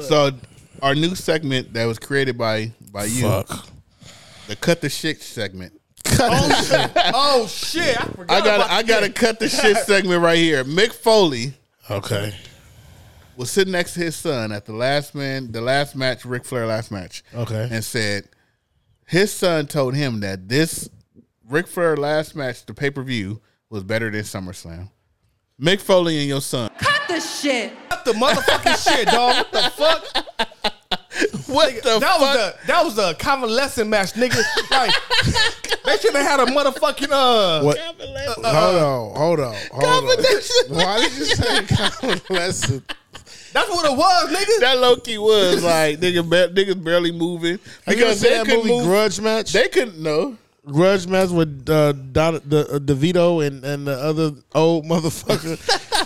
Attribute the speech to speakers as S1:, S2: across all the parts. S1: so our new segment that was created by by you,
S2: Fuck.
S1: the cut the shit segment.
S3: Oh shit! Oh shit! I forgot.
S1: I got
S3: about
S1: I got to cut the shit segment right here. Mick Foley
S2: Okay.
S1: was sitting next to his son at the last man the last match, Ric Flair last match.
S2: Okay.
S1: and said his son told him that this Ric Flair last match, the pay per view, was better than SummerSlam. Mick Foley and your son.
S4: Cut the shit.
S3: Cut the motherfucking shit, dog. What the fuck?
S1: What the
S3: that
S1: fuck?
S3: was the that was a convalescent match, nigga. Like they should have had a motherfucking uh.
S2: What? hold on, hold on, hold on. Why did you say convalescent?
S3: That's what it was, nigga.
S1: that low key was like nigga, ba- niggas barely moving because
S2: you ever seen
S1: they
S2: that
S1: couldn't
S2: movie
S1: move.
S2: Grudge Match?
S1: they couldn't know.
S2: grudge match with uh, Don, the uh, DeVito and, and the other old motherfucker.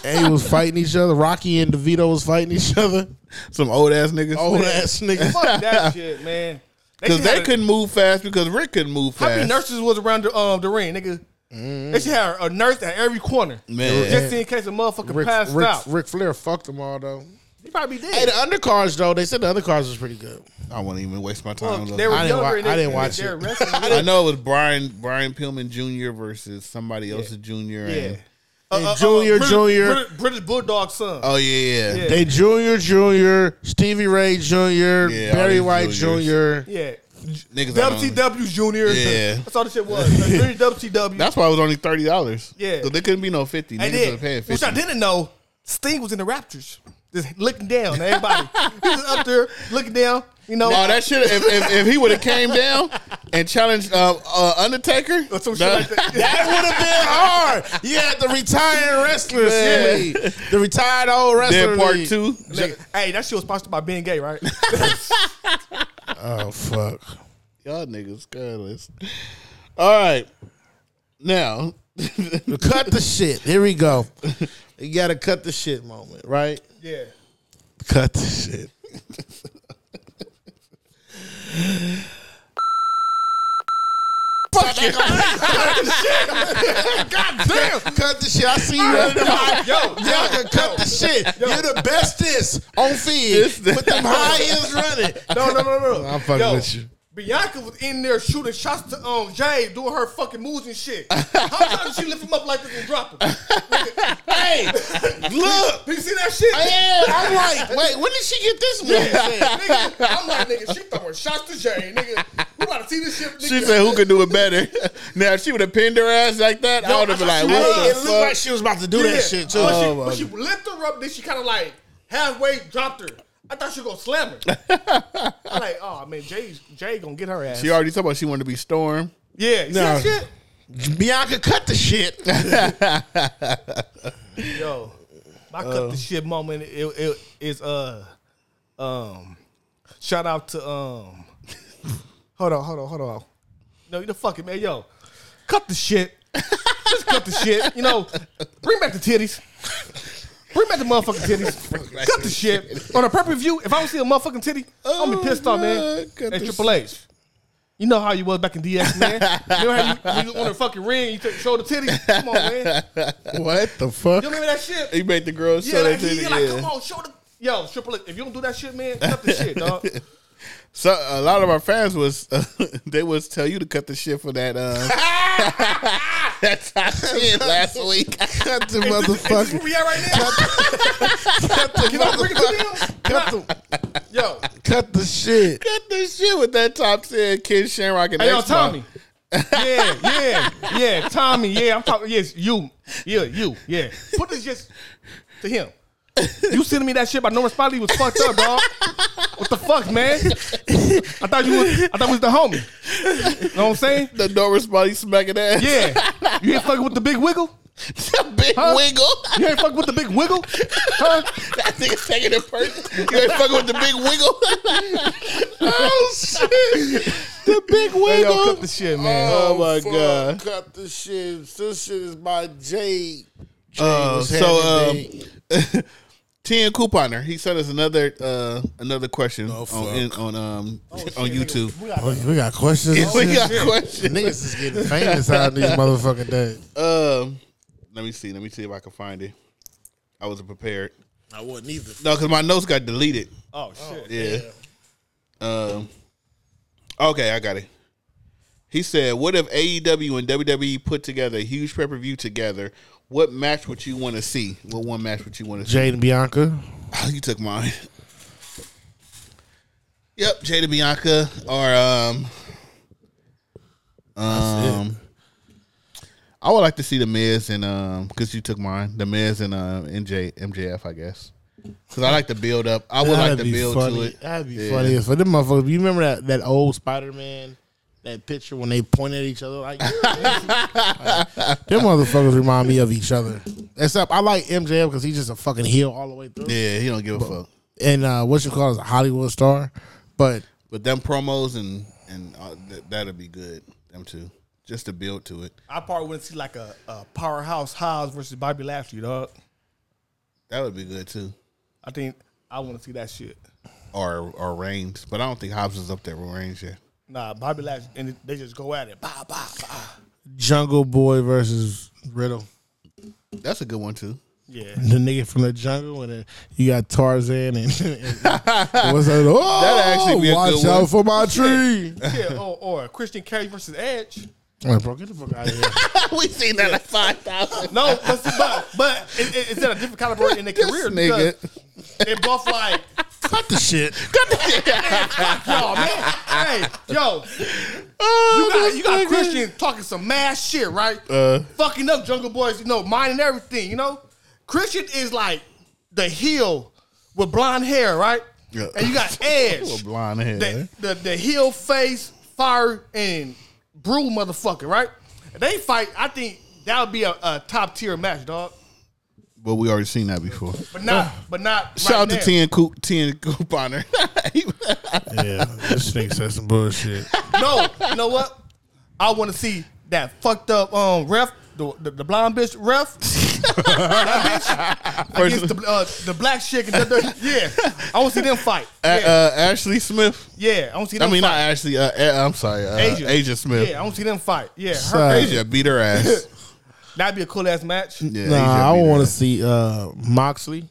S2: and he was fighting each other. Rocky and DeVito was fighting each other.
S1: Some old ass niggas.
S2: Old ass niggas.
S3: Fuck that shit, man.
S1: Because
S3: should
S1: they
S3: have-
S1: couldn't move fast because Rick couldn't move
S3: How many
S1: fast.
S3: nurses was around the um the ring, nigga?
S2: Mm-hmm.
S3: They should have a nurse at every corner,
S1: Man.
S3: just in case a motherfucker
S2: Rick,
S3: passed
S2: Rick,
S3: out.
S2: Rick Flair fucked them all though.
S3: He probably did.
S2: Hey, the undercards though. They said the undercards was pretty good.
S1: I won't even waste my time.
S3: Look,
S1: looking.
S3: they were
S2: I didn't
S3: younger.
S2: wa-
S3: and they,
S2: I didn't
S3: they-
S2: watch
S3: they're
S2: it.
S3: wrestling.
S1: I know it was Brian Brian Pillman Jr. versus somebody else's junior. And,
S3: Yeah.
S2: Hey, Junior,
S3: Uh, British,
S2: Junior, Uh,
S3: British, British Bulldog son.
S1: oh yeah, yeah.
S3: Yeah.
S2: they Junior, Junior, Stevie Ray Junior,
S1: Yeah, all
S2: Barry
S1: these
S2: White
S1: juniors.
S2: Junior.
S3: yeah,
S1: Niggas. I don't-
S3: WCW Junior.
S1: Yeah.
S3: that's all the shit was. Like, Junior WCW.
S1: That's why it was only thirty dollars.
S3: Yeah.
S1: so there couldn't be no fifty.
S3: and
S1: Niggas was paying
S3: then, which I
S1: fifty.
S3: didn't know, Sting was in the Raptors, just looking down at everybody. he was up there looking down. You know,
S1: Oh, that shit! If, if, if he would have came down and challenged uh, uh, Undertaker,
S3: or some shit
S1: that-
S3: like that.
S2: That would have been hard. You had the retired wrestlers, league. the retired old wrestler.
S1: Dead Part
S2: league.
S1: Two.
S3: Nigga, hey, that shit was sponsored by Ben Gay, right?
S2: Oh fuck.
S1: Y'all niggas careless. All right, now
S2: cut the shit. Here we go. You got to cut the shit moment, right?
S3: yeah.
S2: Cut the shit. Fuck you. God damn. Cut the shit. I see you running them high.
S3: Yo,
S2: Y'all can cut the shit. You're the bestest on feed with them high heels running.
S3: No, no, no, no.
S2: I'm fucking
S3: Yo,
S2: with you.
S3: Bianca was in there shooting shots to um Jay, doing her fucking moves and shit. How time did she lift him up like this and drop him?
S2: Hey, look.
S3: You see that shit?
S2: Yeah, I'm like, wait, when did she get this one?
S3: Nigga, I'm like, nigga, she throwing shots to Jay, nigga. We about to see this shit. Nigga.
S1: she said, "Who could do it better?" Now, if she would have pinned her ass like that, I would have been like,
S2: Hey,
S1: "What the
S2: it looked
S1: fuck?"
S2: like she was about to do
S3: Yeah.
S2: that shit too.
S3: But
S1: Oh, my
S3: she, but she lift her up, then she kind of like halfway dropped her. I thought she was gonna slam her. I'm like, oh man, Jay's Jay gonna get her ass.
S1: she already talked about she wanted to be Storm.
S3: yeah, you see that
S2: No.
S3: shit?
S2: Bianca cut the shit.
S3: Yo, my cut the shit moment it, it is uh um shout out to um hold on hold on hold on no you the fuck it man yo cut the shit just cut the shit you know bring back the titties bring back the motherfucking titties cut the shit on a pay per view if I don't see a motherfucking titty I'm gonna be pissed off man
S1: Oh, cut
S3: at
S1: the
S3: Triple H. You know how you was back in DX, man. you know how you, you on the fucking ring, you took, show the titties. Come on, man.
S2: what the fuck?
S3: You remember that shit?
S1: He made the girl show
S3: Yeah, like,
S1: that
S3: he,
S1: titty,
S3: like
S1: yeah.
S3: come on, show the yo Triple H. If you don't do that shit, man, cut the shit, dog.
S1: So a lot of our fans was they was tell you to cut the shit for that uh, that top ten last week.
S2: Cut the
S3: This is
S2: motherfucker.
S3: where we at right now.
S2: Cut the
S3: Can I bring it
S2: motherfucker.
S3: to them?
S2: Cut the,
S3: Yo,
S2: cut the shit.
S1: Cut the shit with that top ten Kid Shamrock and
S3: hey, yo,
S1: Xbox.
S3: Tommy. yeah, yeah, yeah, Tommy. Yeah, I'm talking. Yes, you. Yeah, you. Yeah. Put this just to him. You sending me that shit by Norman Spiley was fucked up, dog. What the fuck, man? I thought you was. I thought we was the homie. You know what I'm saying?
S1: The Norris body smacking ass.
S3: Yeah. You ain't fucking with the big wiggle.
S1: the big
S3: Huh?
S1: wiggle.
S3: You ain't fucking with the big wiggle, huh?
S1: that nigga taking it personal. You ain't fucking with the big wiggle. oh shit! The big
S3: Hey, yo,
S1: wiggle.
S3: cut the shit, man.
S1: Oh, my
S2: fuck.
S1: God.
S2: Cut the shit. This shit is by Jay. Jay
S1: Uh,
S2: was
S1: so
S2: having
S1: um, Ten Couponer, he sent us another uh, another question
S2: Oh,
S1: on
S2: fuck.
S1: in, on um
S3: Oh,
S1: on YouTube.
S2: me. we got questions. and
S1: we
S2: shit?
S1: got questions.
S2: Niggas is getting famous out these motherfucking days.
S1: Um, let me see. Let me see if I can find it. I wasn't prepared.
S2: I wasn't either.
S1: No, because my notes got deleted.
S3: Oh shit.
S1: Yeah. Um. Okay, I got it. He said, "What if AEW and WWE put together a huge pay per view together? What match would you want to see? What one match would you want to see?
S2: Jade and Bianca.
S1: Oh, you took mine. Yep, Jada Bianca or um, um, I would like to see the Miz and um, because you took mine, the Miz and um, MJ MJF, I guess. Because I like to build up. I would like to build
S2: funny.
S1: to it.
S2: That'd be
S1: Yeah.
S2: funny for them motherfuckers. You remember that, that old Spider Man, that picture when they point at each other like, them motherfuckers remind me of each other. Except I like MJF because he's just a fucking heel all the way through.
S1: Yeah, he don't give a fuck.
S2: And uh, what you call is a Hollywood star, but
S1: But them promos and and uh, th- that'll be good. Them two, just to build to it.
S3: I probably wouldn't see like a, a powerhouse Hobbs versus Bobby Lashley, dog.
S1: That would be good too.
S3: I think I want to see that shit.
S1: Or or Reigns, but I don't think Hobbs is up there with Reigns yet.
S3: Nah, Bobby Lashley, and they just go at it. Bah, bah, bah.
S2: Jungle Boy versus Riddle,
S1: That's a good one too.
S3: Yeah.
S2: the nigga from the jungle, and then you got Tarzan and, and, and what's that? Oh,
S1: That'd actually be a
S2: watch
S1: good
S2: out
S1: one.
S2: for my tree.
S3: yeah, or, or Christian Cage versus Edge.
S2: Like, bro, get the fuck out of here.
S1: we seen that at five thousand.
S3: No, but, but, but it, it- it's at a different caliber in their career because they both like,
S2: Cut the shit.
S3: yo, man, hey, yo,
S1: Oh,
S3: you got, you got Christian talking some mad shit, right?
S1: Uh.
S3: Fucking up Jungle Boys, you know, minding everything, you know? Christian is like the heel with blonde hair, right?
S1: Yeah.
S3: And you got Edge,
S1: Blonde hair.
S3: the, the, the heel face, fire, and brew motherfucker, right? They fight, I think that would be a, a top tier match, dog.
S1: But we already seen that before.
S3: But not, but not. right
S1: Uh. Shout out
S3: now.
S1: to Ten Coop Ten Couponer.
S2: Yeah, this nigga said some bullshit.
S3: No, you know what? I want to see that fucked up um ref, the the, the blonde bitch ref. that bitch against the, uh, the black chick. And the, the, yeah, I want to see them fight.
S1: uh,
S3: Yeah,
S1: uh, Ashley Smith.
S3: yeah I want to see
S1: I
S3: them.
S1: mean, not
S3: fight.
S1: Ashley. Uh, A- I'm sorry, uh, Asia.
S3: Asia.
S1: Smith. Uh,
S3: Yeah, I want to see them fight. Yeah, her-
S2: So-
S1: Asia beat her ass.
S3: that'd be a cool ass match.
S1: Yeah,
S2: Nah, I want to see uh, Moxley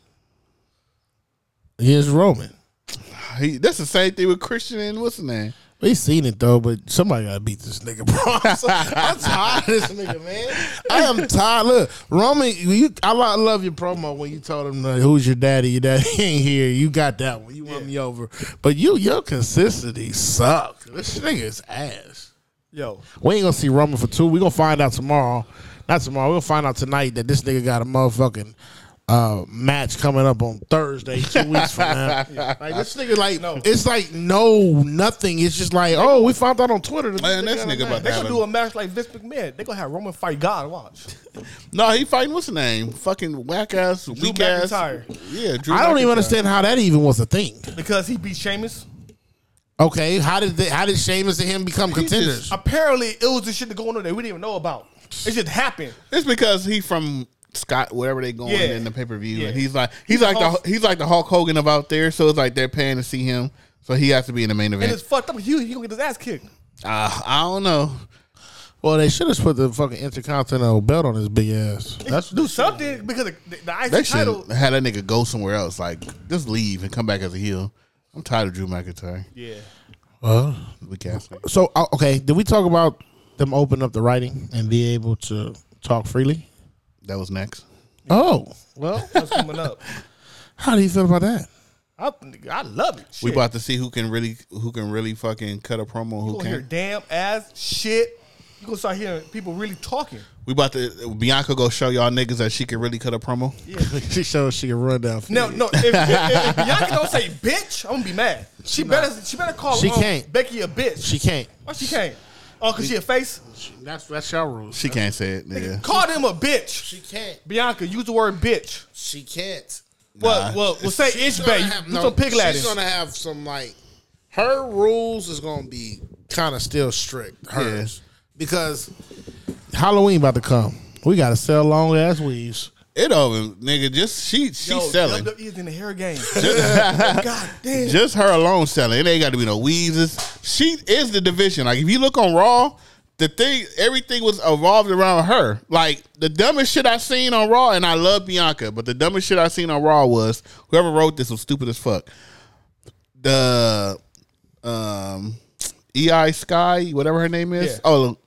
S2: against Roman.
S1: to. That's the same thing with Christian and what's his name?
S2: We seen it though, but somebody gotta beat this nigga, bro. I'm, so- I'm tired of this nigga, man. I am tired. Look, Roman, you, I lo- I love your promo when you told him like, who's your daddy. Your daddy ain't here. You got that one. You won me over, but you your consistency sucks. This nigga is ass.
S3: Yo,
S2: We ain't gonna see Roman for two. We gonna find out tomorrow. Not tomorrow. We gonna find out tonight that this nigga got a motherfucking uh, match coming up on Thursday, two weeks from now. Like this nigga, like
S3: No.
S2: it's like no nothing. It's just like oh, we found out on Twitter. that
S1: Man, this
S2: got a
S1: nigga
S2: match.
S1: about
S3: they gonna
S1: Having-
S3: do a match like Vince McMahon. They gonna have Roman fight God. Watch.
S1: No, he fighting what's his name? Fucking whack ass, weak ass.
S3: McIntyre.
S1: Yeah, Drew
S2: I don't even
S1: McIntyre.
S2: understand how that even was a thing.
S3: Because he beat Sheamus.
S2: Okay, how did they, how did Sheamus and him become contenders?
S3: Apparently, it was the shit that going on that we didn't even know about. It just happened.
S1: It's because he from Scott, wherever they going
S3: Yeah.
S1: in the pay per view,
S3: Yeah.
S1: and he's like he's, like
S3: Hulk-
S1: the he's like the Hulk Hogan of out there. So it's like they're paying to see him, so he has to be in the main
S3: And
S1: event.
S3: it's fucked up. He, he gonna get his ass kicked.
S1: Uh, I don't know.
S2: well, they should have put the fucking intercontinental belt on his big ass. That's
S3: do something because the, the, the IC
S1: They should
S3: title.
S1: have had that nigga go somewhere else. Like just leave and come back as a heel. I'm tired of Drew McIntyre.
S3: Yeah.
S2: well.
S1: We cast him.
S2: So uh, okay, did we talk about them open up the writing and be able to talk freely?
S1: That was next.
S2: Oh well,
S3: That's coming up.
S2: how do you feel about that?
S3: I, I love it. Shit.
S1: We about to see who can really who can really fucking cut a promo.
S3: you
S1: Who
S3: gonna hear
S1: can?
S3: damn ass shit. You gonna start hearing people really talking.
S1: We about to Bianca go show y'all niggas that she can really cut a promo.
S2: she showed she can run down.
S3: No, no. If, if, if Bianca don't say bitch, I'm gonna be mad. She better. She better call.
S2: She
S3: um,
S2: can't.
S3: Becky a bitch.
S2: she can't.
S3: Why she can't? Oh, cause she a face.
S2: That's that's your rules.
S1: She can't say it. Yeah.
S3: Call them a bitch.
S2: can't.
S3: Bianca, use the word bitch.
S2: She can't.
S1: Nah.
S3: Well, well, well. Say ish bay. Do some pig Latin.
S2: have some like her rules is gonna be kind of still strict. Hers because Halloween about to come. We gotta sell long ass weaves.
S1: It over, nigga. Just she she
S3: Yo,
S1: selling.
S3: WWE is in the hair game. God damn.
S1: Just her alone selling. It ain't got to be no Weezes. She is the division. Like if you look on Raw, the thing, everything was evolved around her. Like the dumbest shit I seen on Raw, and I love Bianca, but the dumbest shit I seen on Raw was whoever wrote this was stupid as fuck. The um, EI Sky, whatever her name is.
S3: Yeah.
S1: Oh,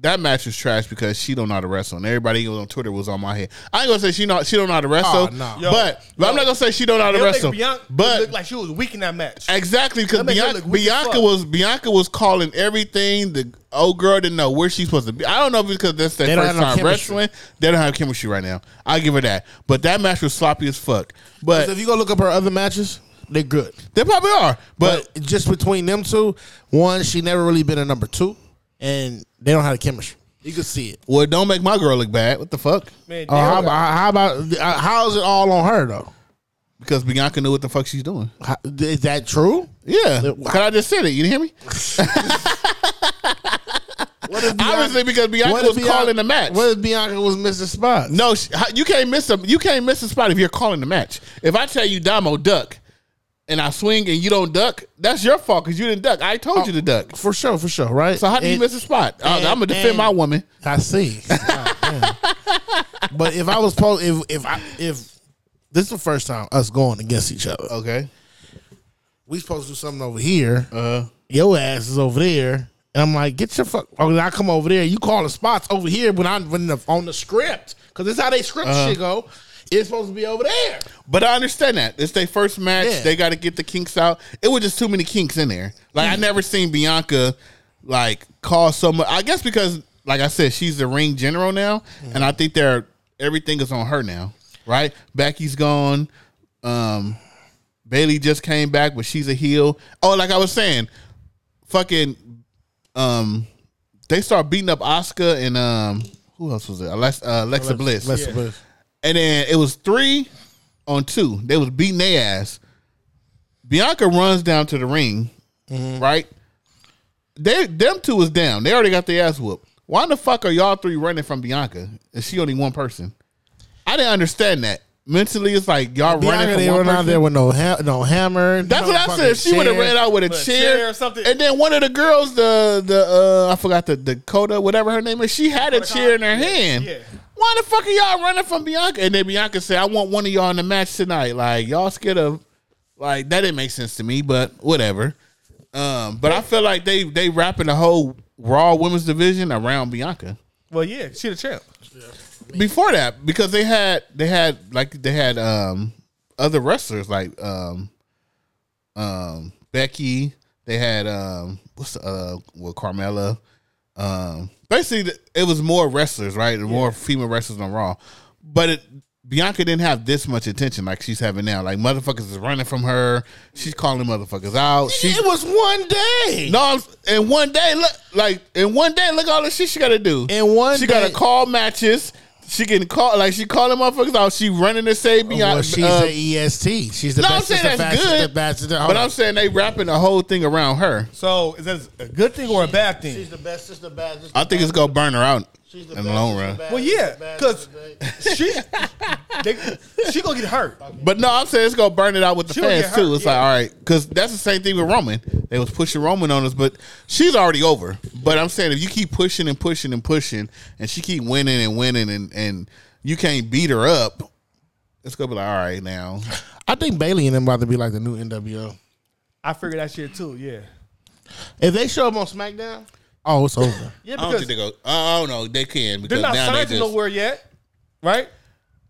S1: that match was trash because she don't know how to wrestle, and everybody on Twitter was on my head. I ain't gonna say she not she don't know how to wrestle,
S2: Oh, no.
S3: Ah, Yo.
S1: but, but I'm not gonna say she don't know how to
S3: They
S1: wrestle.
S3: make Bianca
S1: but
S3: looked like she was weak in that match.
S1: Exactly, because
S3: That make her
S1: Bianca,
S3: look weak as
S1: Bianca
S3: fuck.
S1: was Bianca was calling everything. The old girl didn't know where she's supposed to be. I don't know if it's because that's their
S2: They don't
S1: first
S2: have no
S1: time
S2: chemistry.
S1: wrestling. They don't have chemistry right now. I give her that. But that match was sloppy as fuck. But
S2: So if you go look up her other matches, they're good.
S1: they probably are. But,
S2: But just between them two, one, she never really been a number two, and they don't have the chemistry. You can see it.
S1: well, don't make my girl look bad. What the fuck?
S3: Man,
S2: Uh, how,
S3: damn.
S2: about- how about uh, how's it all on her though?
S1: Because Bianca knew what the fuck she's doing.
S2: How, is that true?
S1: Yeah, because I just said it. You didn't hear me?
S2: What if
S1: Obviously, because Bianca
S2: what if
S1: was calling the match.
S2: What if Bianca was missing spots?
S1: No, sh- how- you can't miss a you can't miss a spot if you're calling the match. If I tell you Damo duck, and I swing and you don't duck, that's your fault because you didn't duck. I told you to duck.
S2: for sure, for sure, right?
S1: So how do you
S2: And-
S1: miss a spot? I,
S2: Oh. and-
S1: am gonna defend
S2: and-
S1: my woman.
S2: I see. God damn. but if I was supposed, if if I, if this is the first time us going against each other,
S1: Okay.
S2: we supposed to do something over here.
S1: Uh,
S2: your ass is over there. And I'm like, get your fuck. Oh, I come over there. You call the spots over here when I when the, on the script because this is how they script
S1: Uh-huh.
S2: shit go. It's supposed to be over there.
S1: but I understand that it's their first match.
S2: Yeah.
S1: They got to get the kinks out. It was just too many kinks in there. Like I never seen Bianca like call so much. I guess because like I said, she's the ring general now, and I think they're everything is on her now. Right? Becky's gone. Um, Bailey just came back, but she's a heel. Oh, like I was saying, fucking um they start beating up Oscar and um who else was it? Alexa, uh, Alexa Bliss.
S2: Listen, but-
S1: And then it was three on two. They was beating their ass. Bianca runs down to the ring,
S2: Mm-hmm.
S1: right? They them two was down. They already got their ass whooped. Why in the fuck are y'all three running from Bianca? And she only one person. I didn't understand that. Mentally, it's like y'all running
S2: Bianca
S1: from
S2: they
S1: one
S2: run out
S1: person.
S2: there with no ha- no hammer.
S1: That's
S2: no
S1: what I
S2: fucking
S1: said. If She would have
S2: chair.
S1: ran out with a
S3: But
S1: chair,
S3: chair or something.
S1: And then one of the girls, the the uh, I forgot the Dakota, whatever her name is, she had a chair in her hand.
S3: yeah.
S1: Why the fuck are y'all running from Bianca? And then Bianca said, "I want one of y'all in the match tonight." Like y'all scared of, like that didn't make sense to me, but whatever. Um, but I feel like they they wrapping the whole Raw Women's Division around Bianca.
S3: Well, yeah, she the champ.
S1: Before that, because they had they had like they had um other wrestlers like um um Becky, they had um what's the, uh well Carmella. Um basically th- it was more wrestlers, right? More female wrestlers on Raw. But it Bianca didn't have this much attention like she's having now. Like motherfuckers is running from her. She's calling motherfuckers out. She
S2: It was one day.
S1: no, I'm, and one day look like in one day look all the shit she gotta do.
S2: In one
S1: she gotta
S2: day-
S1: call matches. She can call like she calling motherfuckers out. She running to say
S3: Oh,
S1: Beyonce.
S2: Well, she's
S1: uh,
S2: the EST. She's the
S1: no, I'm
S2: best.
S1: saying
S2: the
S1: that's
S2: fastest,
S1: good,
S2: The best, the,
S1: but I'm saying they wrapping the whole thing around her.
S3: So is that a good thing or a bad thing?
S2: the best. The best.
S1: I think it's gonna burn her out in the long run.
S3: Well, yeah, because she they, she gonna get hurt.
S1: But no, I'm saying it's gonna burn it out with the
S3: She'll
S1: fans
S3: get
S1: too.
S3: hurt,
S1: It's
S3: yeah.
S1: like all right, because that's the same thing with Roman. They was pushing Roman on us, but she's already over. But I'm saying if you keep pushing and pushing and pushing, and she keep winning and winning, and and you can't beat her up, it's gonna be like all right now.
S2: I think Bailey and them about to be like the new NWO.
S3: I figured that shit too. Yeah,
S2: If they show up on SmackDown, oh, it's over.
S3: yeah,
S1: I don't think
S3: because
S1: they go. I don't know. They can because
S3: they're not
S1: now they
S3: signed to
S1: just.
S3: nowhere yet, right?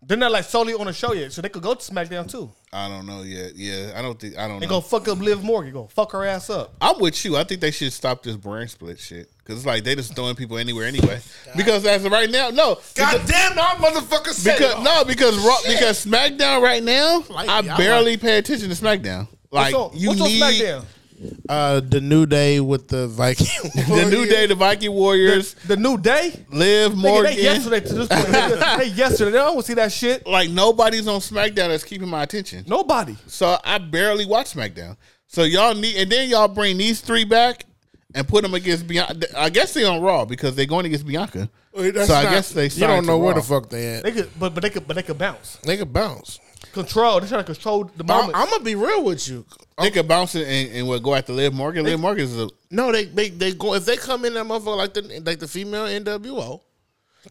S3: They're not like solely on a show yet, so they could go to SmackDown too.
S1: I don't know yet. Yeah, I don't think. I don't
S3: They
S1: know.
S3: gonna fuck up Liv Morgan, gonna fuck her ass up.
S1: I'm with you. I think they should stop this brand split shit because it's like they just throwing people anywhere anyway. Because as of right now, no,
S2: God damn, our motherfucker said
S1: because no, because Raw,
S2: Shit.
S1: because SmackDown right now,
S2: Like,
S1: I
S2: y'all
S1: barely pay attention to SmackDown. Like
S3: what's on,
S1: you
S3: what's on
S1: need
S3: SmackDown?
S2: Uh, the New Day with the Viking.
S1: the New
S2: Warriors.
S1: Day, the Viking Warriors,
S3: The New Day.
S1: Liv
S3: Nigga,
S1: Morgan.
S3: they yesterday to this point. They yesterday. They don't see that shit.
S1: Like nobody's on SmackDown that's keeping my attention.
S3: Nobody.
S1: So I barely watch SmackDown. So y'all need, and then y'all bring these three back and put them against Bianca. I guess they on Raw because they're going against Bianca.
S2: Wait, that's
S1: so I
S2: not-
S1: guess they.
S2: You don't know where the
S1: fuck.
S2: fuck they at.
S3: They could, but but they could, but they could bounce.
S2: They could bounce.
S3: Control. They're trying to control the
S2: I'm,
S3: moment.
S2: I'm gonna be real with you.
S1: They could bounce it and, and what go after Liv Morgan. Liv Morgan is a
S2: No, they they they go if they come in that motherfucker like the like the female NWO,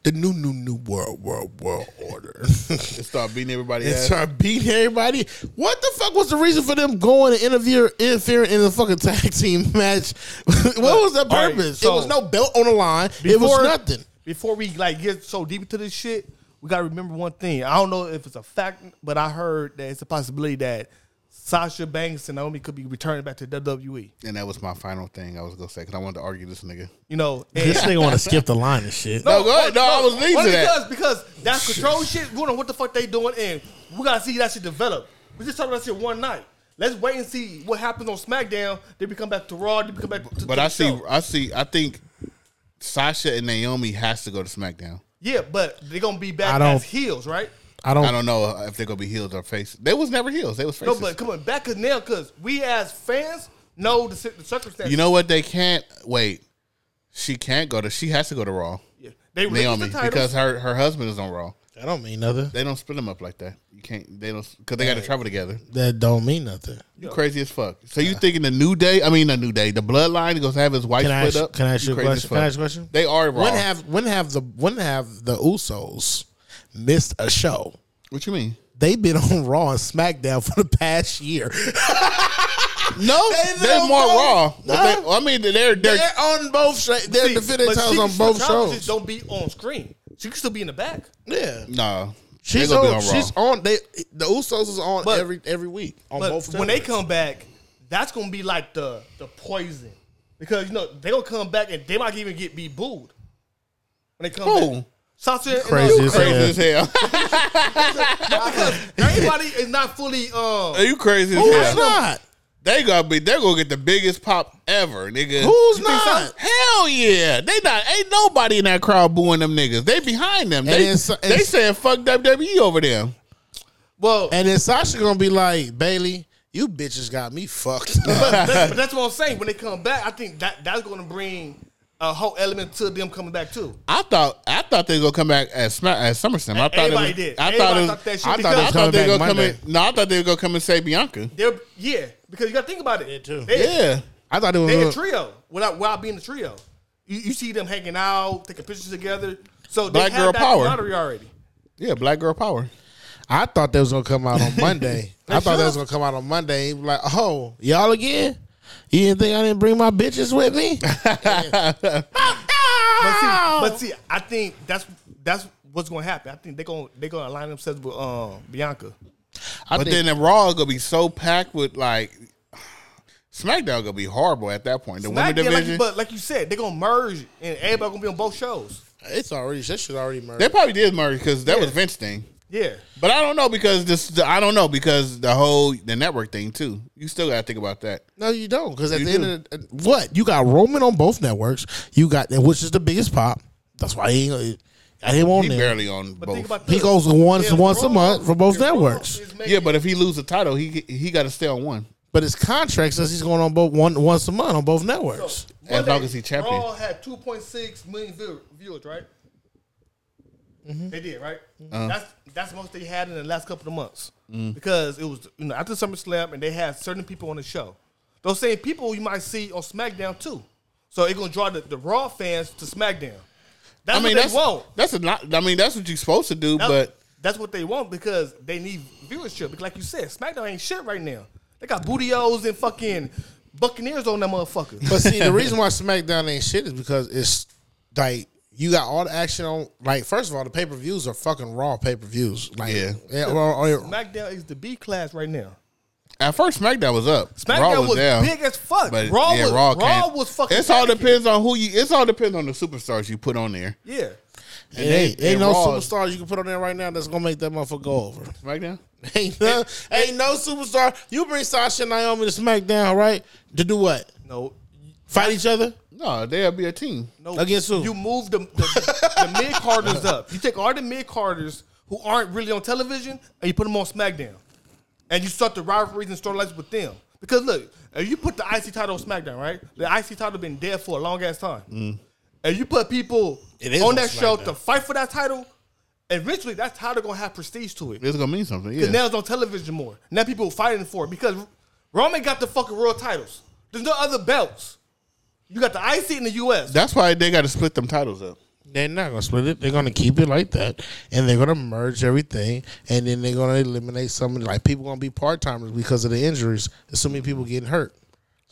S2: the new new new world world world order.
S1: to start beating everybody
S2: and
S1: ass.
S2: start beating everybody. What the fuck was the reason for them going and interfere, interfering in the fucking tag team match? what was the
S3: right,
S2: purpose?
S3: so-
S2: it was no belt on the line. it was
S3: Before-
S2: nothing.
S3: Before we like get so deep into this shit, we gotta remember one thing. I don't know if it's a fact, but I heard that it's a possibility that Sasha Banks and Naomi could be returning back to E. WWE.
S1: And that was my final thing I was gonna say because I wanted to argue this nigga.
S3: You know, and-
S2: This nigga want to skip the line and shit.
S1: No, go ahead. No, I was leading
S3: only
S1: to that.
S3: Because, because that control shit, we don't know what the fuck they doing, and we gotta see that shit develop. We just talking about that shit one night. Let's wait and see what happens on SmackDown. Then we come back to Raw. Then we come back. To,
S1: But
S3: to
S1: I
S3: the
S1: see,
S3: show.
S1: I see, I think Sasha and Naomi has to go to SmackDown.
S3: Yeah, but they're gonna be back
S2: I don't-
S3: as heels, right?
S2: I don't.
S1: I don't know if they're gonna be heels or faces. They was never heels. They was faces.
S3: No, but coming back cause now, cause we as fans know the, cir- the circumstances.
S1: you know what? They can't wait. She can't go to. She has to go to Raw.
S3: Yeah. they released
S1: Naomi
S3: the titles.
S1: because her her husband is on Raw.
S2: That don't mean nothing.
S1: They don't split them up like that. You can't. They don't because they got to travel together.
S2: That don't mean nothing.
S1: You crazy as fuck. So you thinking the new day? I mean, the new day. The bloodline goes to have his wife
S2: Can I
S1: split
S2: ask-
S1: up.
S2: can I ask you a
S1: crazy as
S2: question? Can I
S1: fuck.
S2: ask you a question?
S1: They are Raw.
S2: When have when have the when have the Usos missed a show?
S1: what you mean?
S2: They've been on Raw and SmackDown for the past year. no,
S1: They are more Raw. But
S2: Nah.
S1: they- I mean, they're they're
S2: They're on both. Sh- they're
S3: See,
S2: defending
S3: but
S2: titles
S3: she-
S2: on both
S3: her titles
S2: shows.
S3: just Don't be on screen. She can still be in the back.
S2: Yeah,
S1: no.
S2: she's
S1: they gonna
S2: on,
S1: be on Raw.
S2: She's on. They the Usos is on
S3: But-
S2: every every week on
S3: But
S2: both.
S3: when they
S2: channels.
S3: come back, that's gonna be like the the poison because you know they gonna come back and they might even get be booed when they come
S1: Who?
S3: back. Sasha
S2: Crazy
S3: and
S2: as
S3: uh,
S1: crazy
S2: Yeah.
S1: as hell.
S3: because everybody is not fully. Um,
S1: Are you crazy as
S2: Who's
S1: hell?
S2: not?
S1: They gonna be. They're gonna get the biggest pop ever, nigga.
S2: Who's
S1: You think so?
S2: not?
S1: Hell yeah, they not. Ain't nobody in that crowd booing them niggas. They behind them. They,
S2: it's-
S1: they
S2: it's-
S1: saying fuck WWE over them.
S3: well,
S2: And then Sasha gonna be like Bailey. You bitches got me fucked.
S3: but, that- but that's what I'm saying. When they come back, I think that that's gonna bring a whole element to them coming back too.
S1: I thought I thought they gonna come back at, Sma- at SummerSlam. I thought it
S3: Everybody
S1: was-
S3: did.
S1: I
S3: Everybody
S1: thought, it was,
S3: thought that shit
S1: I
S3: because-
S1: thought, I thought they gonna
S2: Coming back
S1: come in.
S2: Monday.
S1: No, I thought they were gonna come and say Bianca.
S3: They're yeah, because you gotta think about it.
S2: too.
S3: They-
S1: Yeah,
S2: I thought it was.
S3: They
S2: a-
S3: a trio without without being a trio. You, you see them hanging out, taking pictures together. So
S1: Black
S3: they have
S1: girl
S3: that
S1: power.
S3: camaraderie already.
S1: yeah, black girl power.
S2: I thought that was gonna come out on Monday. I thought that was gonna
S3: should've.
S2: come out on Monday. He was like, oh, y'all again? You didn't think I didn't bring my bitches with me?
S3: But see, but see, I think that's that's what's going to happen. I think they're going they're going to align themselves with um, Bianca.
S2: I
S1: But
S2: think-
S1: then the Raw is gonna be so packed with like SmackDown gonna be horrible at that point. The women
S3: Not yet, like you-
S1: division.
S3: but like you said, they're going to merge, and everybody going to be on both shows.
S2: it's already that shit already merged.
S1: they probably did merge because that was Vince thing.
S3: Yeah,
S1: But I don't know because this. I don't know because the whole the network thing too. You still got to think about that.
S2: No, you don't. Because at
S1: You
S2: the end of the, what you got Roman on both networks. You got which is the biggest pop. That's why he ain't, I ain't on
S1: He
S2: there.
S1: barely on
S3: but
S1: both.
S3: think about
S2: He
S3: this.
S2: goes once
S3: If
S2: once a
S3: Raw
S2: month for both
S3: is- if Raw
S2: networks.
S3: is
S1: yeah,
S3: making-
S1: but if he lose the title, he he got to stay on one.
S2: But his contract says he's going on both one once a month on both networks.
S1: as
S3: Monday,
S1: long as he champion.
S3: Raw had 2.6 million view- viewers, right?
S1: Mm-hmm.
S3: They did, right? That's that's the most they had in the last couple of months
S1: Mm.
S3: because it was you know after SummerSlam and they had certain people on the show. Those same people you might see on SmackDown too, so it's gonna draw the, the Raw fans to SmackDown. That's
S1: I mean,
S3: what
S1: that's
S3: they want.
S1: that's a not. I mean, that's what you're supposed to do.
S3: That's,
S1: but
S3: that's what they want because they need viewership. Because like you said, SmackDown ain't shit right now. They got bootios and fucking Buccaneers on that motherfucker.
S2: But see, the reason why SmackDown ain't shit is because it's like you got all the action on. Like, first of all, the pay per views are fucking raw pay per views. Like,
S1: Yeah.
S2: or- or-
S3: SmackDown is the B class right now.
S1: at first, SmackDown was up.
S3: SmackDown
S1: Raw
S3: was,
S1: was, down.
S3: big as fuck.
S1: But
S3: Raw,
S1: yeah,
S3: was,
S1: Raw,
S3: Raw,
S1: can't-
S3: was fucking.
S1: It's all
S3: panicking.
S1: depends on who you. It's all depends on the superstars you put on there.
S3: Yeah,
S2: and ain't, ain't no
S1: Raw-
S2: superstars you can put on there right now that's gonna make that motherfucker go over.
S1: SmackDown.
S2: Ain't no, ain't no superstar. You bring Sasha and Naomi to SmackDown, right? To do what?
S3: no,
S2: Fight each other?
S1: No, they'll be a team.
S3: no.
S2: Against who?
S3: You move the, the, the mid carders up. You take all the mid carders who aren't really on television and you put them on SmackDown, and you start the rivalries and storylines with them. Because look, if you put the IC title on SmackDown, right? The IC title been dead for a long ass time, and you put people
S2: Mm. It is
S3: on
S2: on
S3: that show
S2: SmackDown.
S3: to fight for that title. eventually that's how they're gonna have prestige to it.
S1: It's gonna mean something. Yeah.
S3: Because now it's on television more. Now people fighting for it because Roman got the fucking world titles. There's no other belts. You got the IC in the US.
S1: That's why they got to split them titles up.
S2: They're not gonna split it. They're gonna keep it like that, and they're gonna merge everything, and then they're gonna eliminate some. Like people gonna be part timers because of the injuries. There's so many people getting hurt. So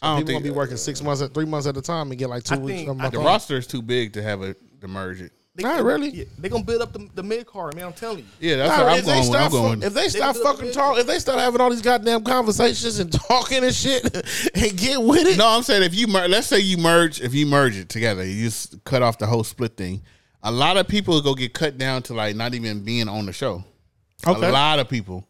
S1: I don't
S2: people
S1: think-
S2: gonna be working six months, at three months at a time, and get like two
S3: I
S2: weeks.
S3: think-
S2: from
S3: I
S2: my
S1: The
S2: phone.
S1: roster is too big to have a to merge it.
S3: They-
S2: Not really.
S3: Yeah, they're gonna build up the, the mid card, man. I'm telling you.
S1: Yeah, that's
S2: Nah,
S1: what I'm
S2: if they
S1: going. with. I'm
S2: stop
S1: going.
S2: fu- If they stop
S3: build up
S2: fucking
S3: a
S2: talk, if they start having all these goddamn conversations and talking and shit, and get with it,
S1: no, I'm saying if you mer- let's say you merge, if you merge it together, you just cut off the whole split thing. A lot of people go get cut down to like not even being on the show.
S2: Okay.
S1: A lot of people.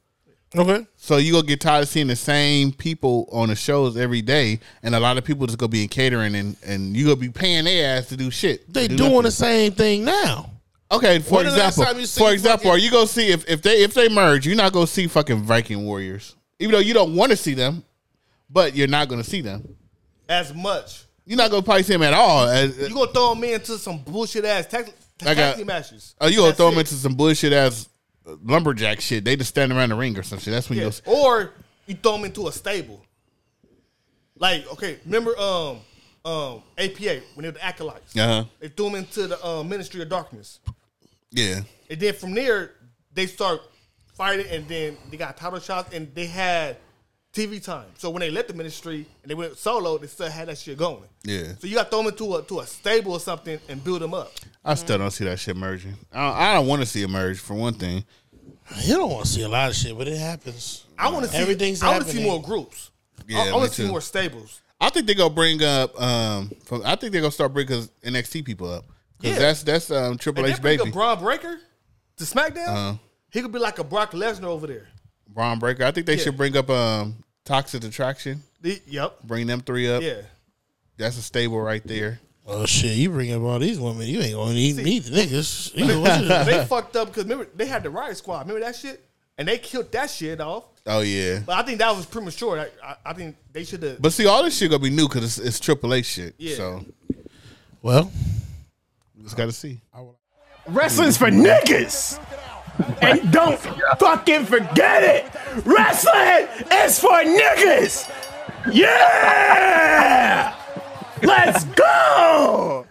S2: okay.
S1: So you gonna get tired of seeing the same people on the shows every day, and a lot of people just gonna be in catering, and and you gonna be paying their ass to do shit.
S2: They
S1: To do
S2: doing
S1: nothing.
S2: the same thing now.
S1: Okay, for
S2: When the last
S1: example,
S2: time
S1: for
S2: you seen
S1: example,
S2: fucking-
S1: are you gonna see if, if they if they merge, you're not gonna see fucking Viking warriors, even though you don't want to see them, but you're not gonna see them.
S3: As much.
S1: You're not gonna probably see them at all. As, uh,
S3: You gonna throw me into some bullshit ass tag,
S1: I
S3: tag
S1: got-
S3: team matches.
S1: oh, you gonna
S3: That's
S1: throw them
S3: it.
S1: into some bullshit ass lumberjack shit? They just stand around the ring or some shit. That's when
S3: Yeah.
S1: you go.
S3: Or you throw them into a stable. Like, okay, remember um um APA when they were the acolytes.
S1: Uh huh.
S3: They threw them into the uh, Ministry of Darkness.
S1: Yeah.
S3: And then from there, they start fighting, and then they got title shots, and they had TV time. So when they left the ministry and they went solo, they still had that shit going.
S1: Yeah.
S3: So you got to throw them into a to a stable or something and build them up.
S1: I still don't see that shit merging. I don't, I don't want to see it merge for one thing.
S2: You don't want to see a lot of shit, but it happens.
S3: I want to see
S2: Everything's
S3: I want to see
S2: happening.
S3: more groups.
S1: Yeah,
S3: I, want
S1: me
S3: to see
S1: too.
S3: more stables.
S1: I think they're gonna bring up. Um, from, I think they're gonna start bringing 'cause NXT people up because
S3: Yeah.
S1: that's that's um Triple
S3: And they
S1: H
S3: bring
S1: baby.
S3: a Braun Breaker to SmackDown.
S1: Uh-huh.
S3: He could be like a Brock Lesnar over there.
S1: Braun Breaker. I think they
S3: Yeah.
S1: should bring up um Toxic Attraction.
S3: The- yep.
S1: Bring them three up.
S3: Yeah.
S1: That's a stable right there.
S2: Oh shit! You bring up all these women, you ain't gonna even need the niggas. You know
S3: they fucked up because remember they had the Riot Squad. Remember that shit? And they killed that shit off.
S1: Oh yeah.
S3: But I think that was premature. I, I, I think they should have.
S1: But see, all this shit gonna be new because it's, it's Triple H shit.
S3: Yeah.
S1: So
S2: well,
S1: we just gotta see.
S4: Wrestling's for niggas. And don't fucking forget it. Wrestling is for niggas. Yeah. Let's go.